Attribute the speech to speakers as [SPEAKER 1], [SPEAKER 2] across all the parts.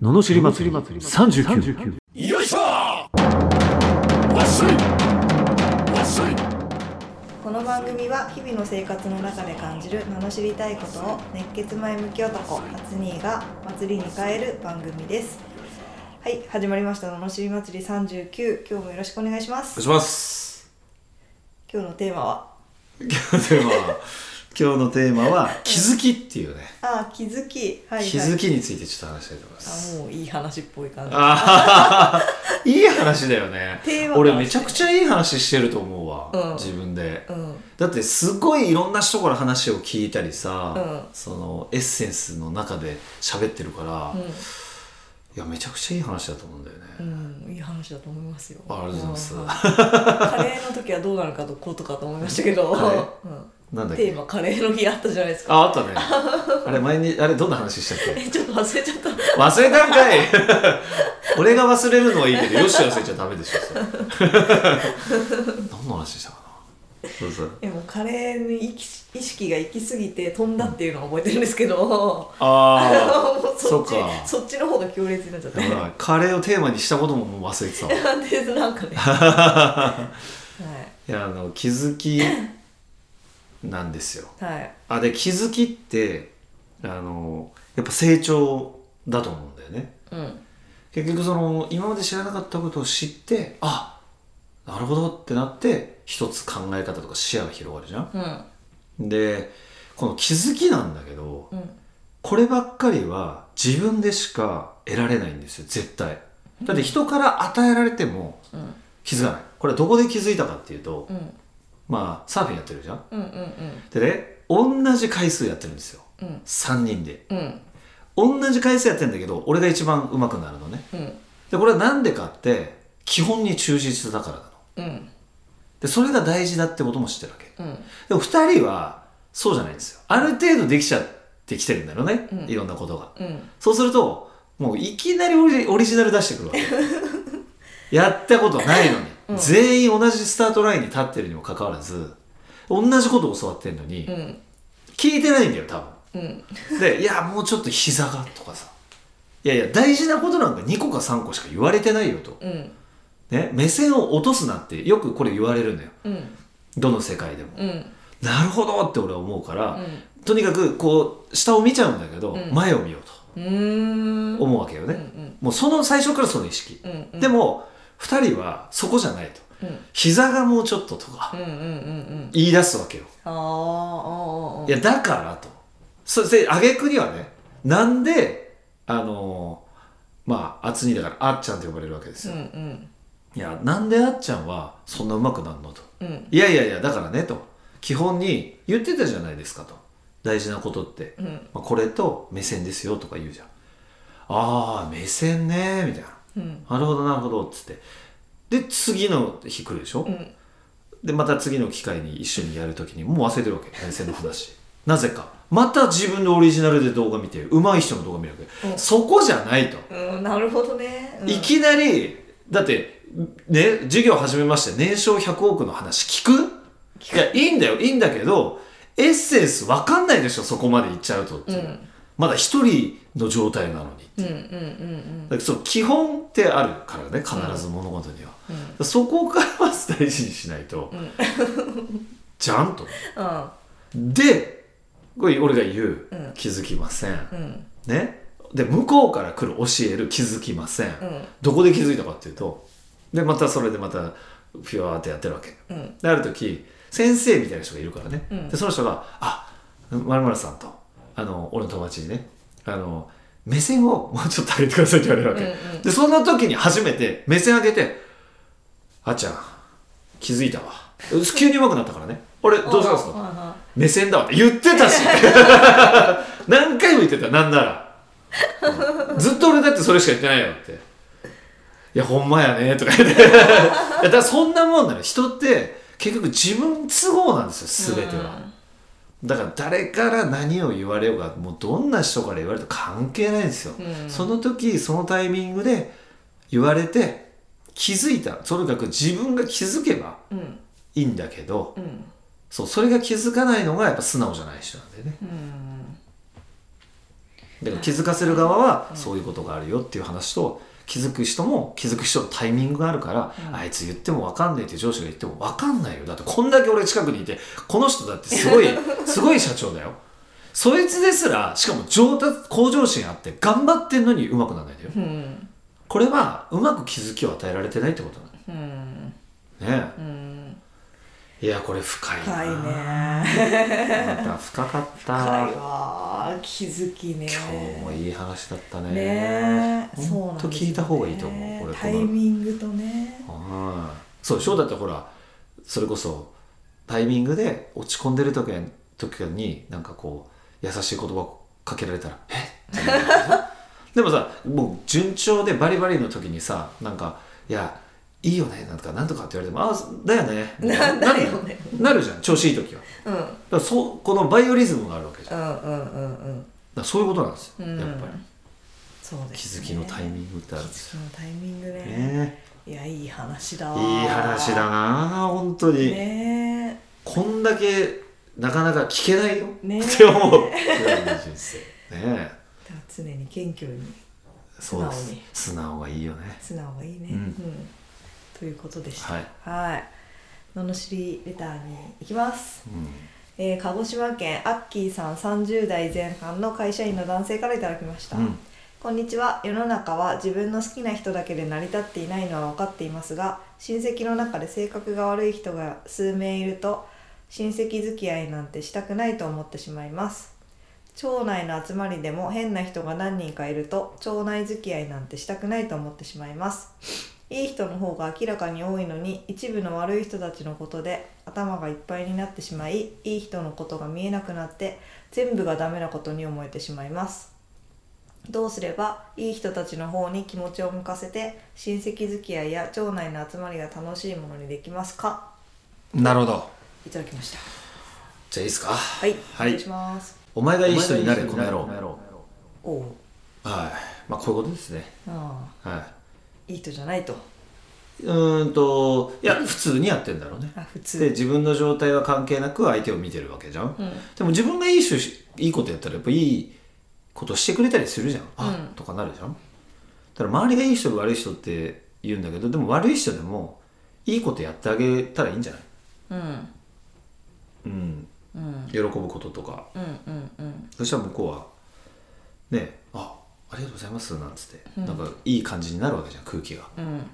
[SPEAKER 1] ののしり祭り39
[SPEAKER 2] よいしょわっしょいわっしょい
[SPEAKER 3] この番組は日々の生活の中で感じる名の知りたいことを熱血前向き男初兄が祭りに変える番組ですはい始まりました「ののしり祭り39」今日もよろしくお願いしま
[SPEAKER 2] お
[SPEAKER 3] す
[SPEAKER 2] します
[SPEAKER 3] 今日のテーマは
[SPEAKER 2] 今日のテーマは今日のテーマは気づきっていうね、
[SPEAKER 3] あー気づきはい、はい、
[SPEAKER 2] 気づきについてちょっと話したいと思います
[SPEAKER 3] あもういい話っぽい感じ
[SPEAKER 2] あーいい話だよね
[SPEAKER 3] テーマ
[SPEAKER 2] 俺めちゃくちゃいい話してると思うわ、
[SPEAKER 3] うん
[SPEAKER 2] 自分で
[SPEAKER 3] うん
[SPEAKER 2] だってすごいいろんな人から話を聞いたりさ、
[SPEAKER 3] うん
[SPEAKER 2] そのエッセンスの中で喋ってるから、いやめちゃくちゃいい話だと思うんだよね、
[SPEAKER 3] うん、うん、いい話だと思いますよ
[SPEAKER 2] あありがとうございます
[SPEAKER 3] んカレーの時はどうなるかとこうとかと思いましたけど、
[SPEAKER 2] カレ
[SPEAKER 3] う
[SPEAKER 2] なんだっ
[SPEAKER 3] ん、
[SPEAKER 2] け
[SPEAKER 3] テーマカレーの日あったじゃないですか
[SPEAKER 2] あ、あったね。 あれ、前に、あれ、どんな話したっけ
[SPEAKER 3] えちょっと忘れちゃった
[SPEAKER 2] 忘れたん かい俺が忘れるのはいいけど、よし忘れちゃダメでしょ、 それ何の話したかなそうそう。
[SPEAKER 3] えもうカレーに意識意識が行き過ぎて飛んだっていうのは覚えてるんですけど、
[SPEAKER 2] あ
[SPEAKER 3] もうそっち
[SPEAKER 2] そうか
[SPEAKER 3] そっちの方が強烈になっちゃっ
[SPEAKER 2] あ。
[SPEAKER 3] て
[SPEAKER 2] やばいカレーをテーマにしたことももう忘れて たわ。い
[SPEAKER 3] なんでなんかね、はい
[SPEAKER 2] や、あの、気づきなんですよ。
[SPEAKER 3] はい、
[SPEAKER 2] あ、で、気づきって、あの、やっぱ成長だと思うんだよね。
[SPEAKER 3] うん
[SPEAKER 2] 結局その今まで知らなかったことを知ってあなるほどってなって一つ考え方とか視野が広がるじゃん
[SPEAKER 3] うん
[SPEAKER 2] でこの気づきなんだけど
[SPEAKER 3] うん
[SPEAKER 2] こればっかりは自分でしか得られないんですよ絶対だって人から与えられても
[SPEAKER 3] うん
[SPEAKER 2] 気づかないこれはどこで気づいたかっていうと
[SPEAKER 3] うん
[SPEAKER 2] まあサーフィンやってるじゃん
[SPEAKER 3] うんうん
[SPEAKER 2] でね同じ回数やってるんですよ
[SPEAKER 3] うん
[SPEAKER 2] 3人で
[SPEAKER 3] うんうん
[SPEAKER 2] 同じ回数やってんだけど俺が一番上手くなるのね
[SPEAKER 3] うん
[SPEAKER 2] でこれはなんでかって基本に忠実だからなの
[SPEAKER 3] うん
[SPEAKER 2] でそれが大事だってことも知ってるわけ
[SPEAKER 3] うん
[SPEAKER 2] でも2人はそうじゃないんですよある程度できちゃってきてるんだろうね、
[SPEAKER 3] うん
[SPEAKER 2] いろんなことが
[SPEAKER 3] うん
[SPEAKER 2] そうするともういきなりオリオリジナル出してくるわけ やったことないのに、
[SPEAKER 3] うん
[SPEAKER 2] 全員同じスタートラインに立ってるにもかかわらず同じことを教わってるのに、
[SPEAKER 3] うん
[SPEAKER 2] 聞いてないんだよ多分
[SPEAKER 3] うん
[SPEAKER 2] で、いや、もうちょっと膝がとかさ。いやいや、大事なことなんか2個か3個しか言われてないよと。
[SPEAKER 3] うん
[SPEAKER 2] ね、目線を落とすなってよくこれ言われるんだよ。
[SPEAKER 3] うん
[SPEAKER 2] どの世界でも。
[SPEAKER 3] うん
[SPEAKER 2] なるほどって俺は思うから、
[SPEAKER 3] うん
[SPEAKER 2] とにかくこう、下を見ちゃうんだけど、
[SPEAKER 3] うん
[SPEAKER 2] 前を見よう
[SPEAKER 3] うーん
[SPEAKER 2] と思うわけよ
[SPEAKER 3] う
[SPEAKER 2] ね。
[SPEAKER 3] ん
[SPEAKER 2] もうその最初からその意識。
[SPEAKER 3] うんうんうん
[SPEAKER 2] でも、2人はそこじゃないと。
[SPEAKER 3] うん
[SPEAKER 2] 膝がもうちょっととか
[SPEAKER 3] うんうんうんうん
[SPEAKER 2] 言い出すわけよ。
[SPEAKER 3] あーあーあー
[SPEAKER 2] いや、だからと。そして、あげくにはね、なんで、あのーまあ、厚にだから、あっちゃんと呼ばれるわけです
[SPEAKER 3] う
[SPEAKER 2] よ。
[SPEAKER 3] んうん
[SPEAKER 2] いや、なんであっちゃんはそんな上手くなるのと。
[SPEAKER 3] うん
[SPEAKER 2] いやいやいや、だからね、と。基本に言ってたじゃないですかと。大事なことって。
[SPEAKER 3] うん
[SPEAKER 2] まあ、これと目線ですよとか言うじゃん。ああ、目線ね、みたいな。
[SPEAKER 3] うん
[SPEAKER 2] なるほど、なるほど、つって。で、次の日来るでしょ、
[SPEAKER 3] うん
[SPEAKER 2] でまた次の機会に一緒にやるときにもう忘れてるわけ 編成の話なぜかまた自分のオリジナルで動画見て上手い人の動画見るわけ、
[SPEAKER 3] うん
[SPEAKER 2] そこじゃないと、
[SPEAKER 3] うんなるほどねうん
[SPEAKER 2] いきなりだってね授業始めまして年商100億の話聞くいやいいんだよいいんだけどエッセンス分かんないでしょそこまでいっちゃうとっていう、
[SPEAKER 3] うん
[SPEAKER 2] まだ一人の状態なのに
[SPEAKER 3] うんうんうん
[SPEAKER 2] だからそう基本ってあるからね必ず物事には、
[SPEAKER 3] うん
[SPEAKER 2] そこからまず大事にしないと、
[SPEAKER 3] ん
[SPEAKER 2] じゃんと
[SPEAKER 3] うん
[SPEAKER 2] でこれ俺が言う、
[SPEAKER 3] うん
[SPEAKER 2] 気づきません、
[SPEAKER 3] うん
[SPEAKER 2] ねで向こうから来る教える気づきません、
[SPEAKER 3] うん
[SPEAKER 2] どこで気づいたかっていうとでまたそれでまたフィワーってやってるわけ
[SPEAKER 3] うん
[SPEAKER 2] である時先生みたいな人がいるからね、
[SPEAKER 3] うん
[SPEAKER 2] でその人が「あまるさんとあの俺の友達にねあの目線を もうちょっと上げてください」って言われるわけ、
[SPEAKER 3] うんうん
[SPEAKER 2] でそんな時に初めて目線上げて「あっちゃん気づいたわ」急に上手くなったからね「俺どうしたんですか?」
[SPEAKER 3] か
[SPEAKER 2] 目線だわって言って たし何回も言ってたなんなら、うんずっと俺だってそれしか言ってないよっていやほんまやねとか言って いやだからそんなもんなの人って結局自分都合なんですよ全ては、だから誰から何を言われようがもうどんな人から言われても関係ないんですよ、
[SPEAKER 3] うん
[SPEAKER 2] その時そのタイミングで言われて気づいたとにかく自分が気づけば
[SPEAKER 3] うん
[SPEAKER 2] いいんだけど、
[SPEAKER 3] うん
[SPEAKER 2] そうそれが気づかないのがやっぱ素直じゃない人なんだよね
[SPEAKER 3] うん
[SPEAKER 2] だから気づかせる側はそういうことがあるよっていう話と気づく人も気づく人のタイミングがあるから、
[SPEAKER 3] うん
[SPEAKER 2] あいつ言っても分かんないって上司が言っても分かんないよだってこんだけ俺近くにいてこの人だってすご いすごい社長だよそいつですらしかも上達向上心あって頑張ってんのにうまくならないんだよ
[SPEAKER 3] うん
[SPEAKER 2] これはうまく気づきを与えられてないってこと
[SPEAKER 3] うん
[SPEAKER 2] なのね
[SPEAKER 3] うん
[SPEAKER 2] えいやこれ深いな
[SPEAKER 3] 深いね
[SPEAKER 2] また深かった
[SPEAKER 3] 深いわ気づきね
[SPEAKER 2] 今日もいい話だったね
[SPEAKER 3] ねえそう
[SPEAKER 2] ほ
[SPEAKER 3] なん
[SPEAKER 2] ん
[SPEAKER 3] です
[SPEAKER 2] と
[SPEAKER 3] よね
[SPEAKER 2] 聞いた方がいいと思う俺この
[SPEAKER 3] タイミングとね
[SPEAKER 2] はいそう翔だってほらそれこそタイミングで落ち込んでる時や時になんかこう優しい言葉をかけられたら「え っ?」でもさもう順調でバリバリの時にさなんか「いやいいよね」なんとか「なんとか」って言われても「ああだよね」
[SPEAKER 3] なんだよね
[SPEAKER 2] なるじゃん調子いい時はだか
[SPEAKER 3] うん
[SPEAKER 2] らそうこのバイオリズムがあるわけじゃんだか
[SPEAKER 3] うんうんうんうん
[SPEAKER 2] らそういうことなんですよ、
[SPEAKER 3] うん
[SPEAKER 2] やっぱり
[SPEAKER 3] そう
[SPEAKER 2] 気
[SPEAKER 3] です
[SPEAKER 2] づ
[SPEAKER 3] ね
[SPEAKER 2] きのタイミングってあるんです
[SPEAKER 3] 気づきのタイミングね
[SPEAKER 2] よね
[SPEAKER 3] いやいい話だわ
[SPEAKER 2] いい話だなあ本当に、
[SPEAKER 3] ね
[SPEAKER 2] こんだけなかなか聞けないよ、
[SPEAKER 3] ね
[SPEAKER 2] って思う今日の人生ねえ
[SPEAKER 3] えだから常に謙虚に
[SPEAKER 2] そうです素直がいいよね
[SPEAKER 3] 素直がいいね、
[SPEAKER 2] うん
[SPEAKER 3] ということでした
[SPEAKER 2] はい
[SPEAKER 3] はい罵りレターに行きます、
[SPEAKER 2] う
[SPEAKER 3] えー鹿児島県アッキーさん30代前半の会社員の男性からいただきました、
[SPEAKER 2] ん、うん、
[SPEAKER 3] こんにちは世の中は自分の好きな人だけで成り立っていないのは分かっていますが親戚の中で性格が悪い人が数名いると親戚付き合いなんてしたくないと思ってしまいます町内の集まりでも変な人が何人かいると町内付き合いなんてしたくないと思ってしまいますいい人の方が明らかに多いのに一部の悪い人たちのことで頭がいっぱいになってしまいいい人のことが見えなくなって全部がダメなことに思えてしまいますどうすればいい人たちの方に気持ちを向かせて親戚付き合いや町内の集まりが楽しいものにできますか
[SPEAKER 2] なるほど
[SPEAKER 3] いただきました
[SPEAKER 2] じゃあいいですか
[SPEAKER 3] はい、
[SPEAKER 2] はい
[SPEAKER 3] お願いします
[SPEAKER 2] お前が
[SPEAKER 1] い
[SPEAKER 2] い
[SPEAKER 1] い
[SPEAKER 2] い
[SPEAKER 1] 人
[SPEAKER 2] 人
[SPEAKER 1] に
[SPEAKER 2] に
[SPEAKER 1] な
[SPEAKER 2] な
[SPEAKER 1] れ
[SPEAKER 2] れ
[SPEAKER 1] こ
[SPEAKER 2] こ
[SPEAKER 1] の
[SPEAKER 2] の
[SPEAKER 1] 野
[SPEAKER 2] 野
[SPEAKER 1] 郎
[SPEAKER 2] 郎
[SPEAKER 3] おおう
[SPEAKER 2] はいまあこういうことですね
[SPEAKER 3] あ
[SPEAKER 2] は
[SPEAKER 3] あいい人じゃないと
[SPEAKER 2] いうーんといや普通にやってんだろうね
[SPEAKER 3] あ普通
[SPEAKER 2] で自分の状態は関係なく相手を見てるわけじゃん、
[SPEAKER 3] うん
[SPEAKER 2] でも自分がいいしいいことやったらやっぱいいことしてくれたりするじゃんあ、
[SPEAKER 3] うん
[SPEAKER 2] とかなるじゃんだから周りがいい人悪い人って言うんだけどでも悪い人でもいいことやってあげたらいいんじゃない
[SPEAKER 3] うん
[SPEAKER 2] うん
[SPEAKER 3] うん
[SPEAKER 2] 喜ぶこととか
[SPEAKER 3] うんうんうん
[SPEAKER 2] そしたら向こうはねあありがとうございますなんつって、
[SPEAKER 3] うん
[SPEAKER 2] なんかいい感じになるわけじゃん空気が
[SPEAKER 3] うん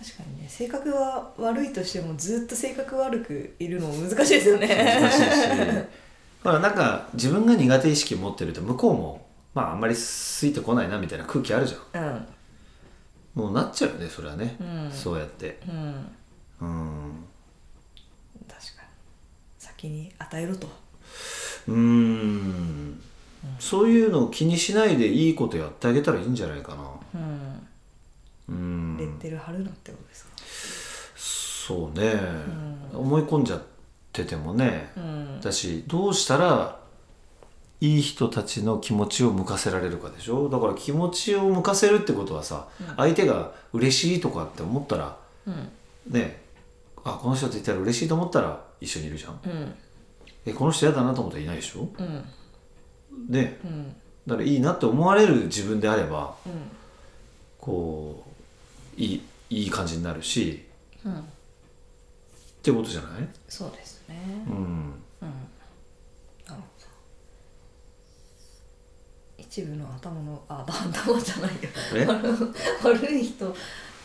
[SPEAKER 3] 確かにね性格は悪いとしてもずっと性格悪くいるの難しいですよね
[SPEAKER 2] 難しい しほらなんか自分が苦手意識持ってると向こうもまああんまりついてこないなみたいな空気あるじゃん
[SPEAKER 3] うん
[SPEAKER 2] もうなっちゃうよねそれはね、
[SPEAKER 3] うん
[SPEAKER 2] そうやって
[SPEAKER 3] うん
[SPEAKER 2] うん
[SPEAKER 3] 確かに先に与えろと
[SPEAKER 2] うーんそういうのを気にしないでいいことやってあげたらいいんじゃないかな
[SPEAKER 3] うん
[SPEAKER 2] う
[SPEAKER 3] レ
[SPEAKER 2] ん
[SPEAKER 3] ッテル貼るなってことですか
[SPEAKER 2] そうね、思い込んじゃっててもね、
[SPEAKER 3] うん
[SPEAKER 2] だしどうしたらいい人たちの気持ちを向かせられるかでしょだから気持ちを向かせるってことはさ、相手が嬉しいとかって思ったら
[SPEAKER 3] うん
[SPEAKER 2] ねあこの人といたら嬉しいと思ったら一緒にいるじゃん
[SPEAKER 3] うん
[SPEAKER 2] えこの人嫌だなと思ったらいないでしょ
[SPEAKER 3] うん
[SPEAKER 2] ね
[SPEAKER 3] うん
[SPEAKER 2] だからいいなって思われる自分であれば
[SPEAKER 3] うん
[SPEAKER 2] こういいいい感じになるし
[SPEAKER 3] うん
[SPEAKER 2] ってことじゃない
[SPEAKER 3] そうですね
[SPEAKER 2] うん
[SPEAKER 3] うんなるほど一部の頭のあ頭じゃない
[SPEAKER 2] え
[SPEAKER 3] よ悪悪い人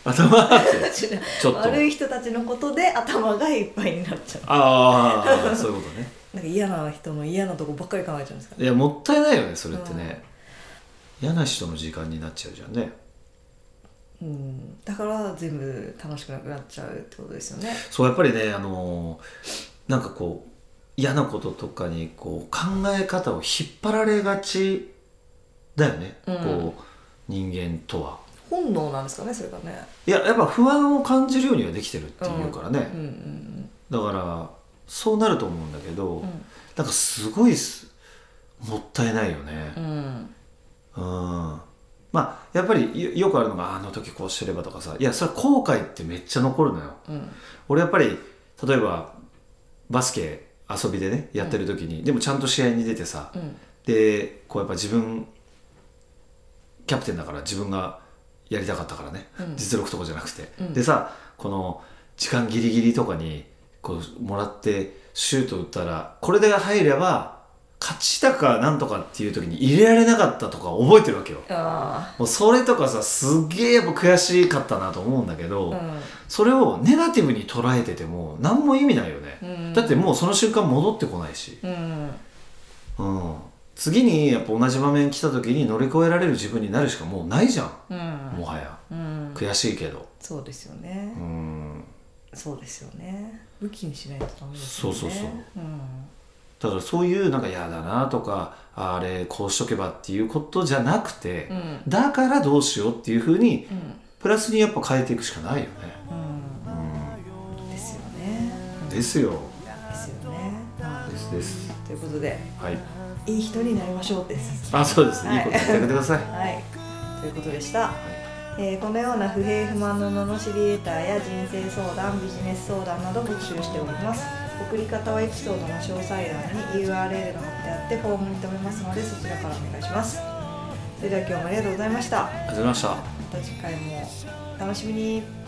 [SPEAKER 2] 頭が
[SPEAKER 3] たちの
[SPEAKER 2] ちょっと
[SPEAKER 3] 悪い人たちのことで頭がいっぱいになっちゃ
[SPEAKER 2] ああそういうことね
[SPEAKER 3] うなんか嫌な人の嫌なとこばっかり考えちゃうんですか
[SPEAKER 2] いやもったいないよねそれってね、嫌な人の時間になっちゃうじゃんね
[SPEAKER 3] うんだから全部楽しくなくなっちゃうってことですよね
[SPEAKER 2] そうやっぱりねあのーなんかこう嫌なこととかにこう考え方を引っ張られがちだよね、
[SPEAKER 3] うん
[SPEAKER 2] こう人間とは
[SPEAKER 3] 本能なんですかねそれがね
[SPEAKER 2] いややっぱ不安を感じるようにはできてるっていうからね、
[SPEAKER 3] うんうん
[SPEAKER 2] だからそうなると思うんだけど、
[SPEAKER 3] うん
[SPEAKER 2] なんかすごいすもったいないよ
[SPEAKER 3] う
[SPEAKER 2] ね
[SPEAKER 3] ん
[SPEAKER 2] うんまあやっぱりよよくあるのがああの時こうしてればとかさいやそれは後悔ってめっちゃ残るのよ
[SPEAKER 3] うん
[SPEAKER 2] 俺やっぱり例えばバスケ遊びでねやってる時に、でもちゃんと試合に出てさ
[SPEAKER 3] うん
[SPEAKER 2] でこうやっぱ自分キャプテンだから自分がやりたかったからね、
[SPEAKER 3] うん
[SPEAKER 2] 実力とかじゃなくて、
[SPEAKER 3] うん
[SPEAKER 2] でさこの時間ギリギリとかにこうもらってシュート打ったらこれで入れば勝ちたかなんとかっていう時に入れられなかったとか覚えてるわけよ
[SPEAKER 3] あ
[SPEAKER 2] もうそれとかさすげえやっぱ悔しかったなと思うんだけど、
[SPEAKER 3] あ
[SPEAKER 2] それをネガティブに捉えてても何も意味ないよね、
[SPEAKER 3] うん
[SPEAKER 2] だってもうその瞬間戻ってこないし、
[SPEAKER 3] うん
[SPEAKER 2] うん、次にやっぱ同じ場面来た時に乗り越えられる自分になるしかもうないじゃん、
[SPEAKER 3] うん
[SPEAKER 2] もはや
[SPEAKER 3] うん
[SPEAKER 2] 悔しいけど
[SPEAKER 3] そうですよね
[SPEAKER 2] うん
[SPEAKER 3] そうですよね武器にしないとダメです
[SPEAKER 2] そ
[SPEAKER 3] よ
[SPEAKER 2] う
[SPEAKER 3] ね
[SPEAKER 2] そうそう
[SPEAKER 3] うん
[SPEAKER 2] だからそういうなんか嫌だなとかああれこうしとけばっていうことじゃなくて、
[SPEAKER 3] うん
[SPEAKER 2] だからどうしようっていうふうに
[SPEAKER 3] うん
[SPEAKER 2] プラスにやっぱ変えていくしかないよね、
[SPEAKER 3] うんですよね
[SPEAKER 2] うん、ですよ
[SPEAKER 3] ですよね
[SPEAKER 2] ですです
[SPEAKER 3] ということで
[SPEAKER 2] はい
[SPEAKER 3] いい人になりましょうです
[SPEAKER 2] あそうです、
[SPEAKER 3] はい
[SPEAKER 2] い、いことやってあげてください
[SPEAKER 3] はいということでした、えーこのような不平不満の罵りレターや人生相談ビジネス相談など募集しております送り方はエピソードの詳細欄に URL が貼ってあってフォームに留めますのでそちらからお願いしますそれでは今日もありがとうございました
[SPEAKER 2] ありがとうございました
[SPEAKER 3] また次回もお楽しみに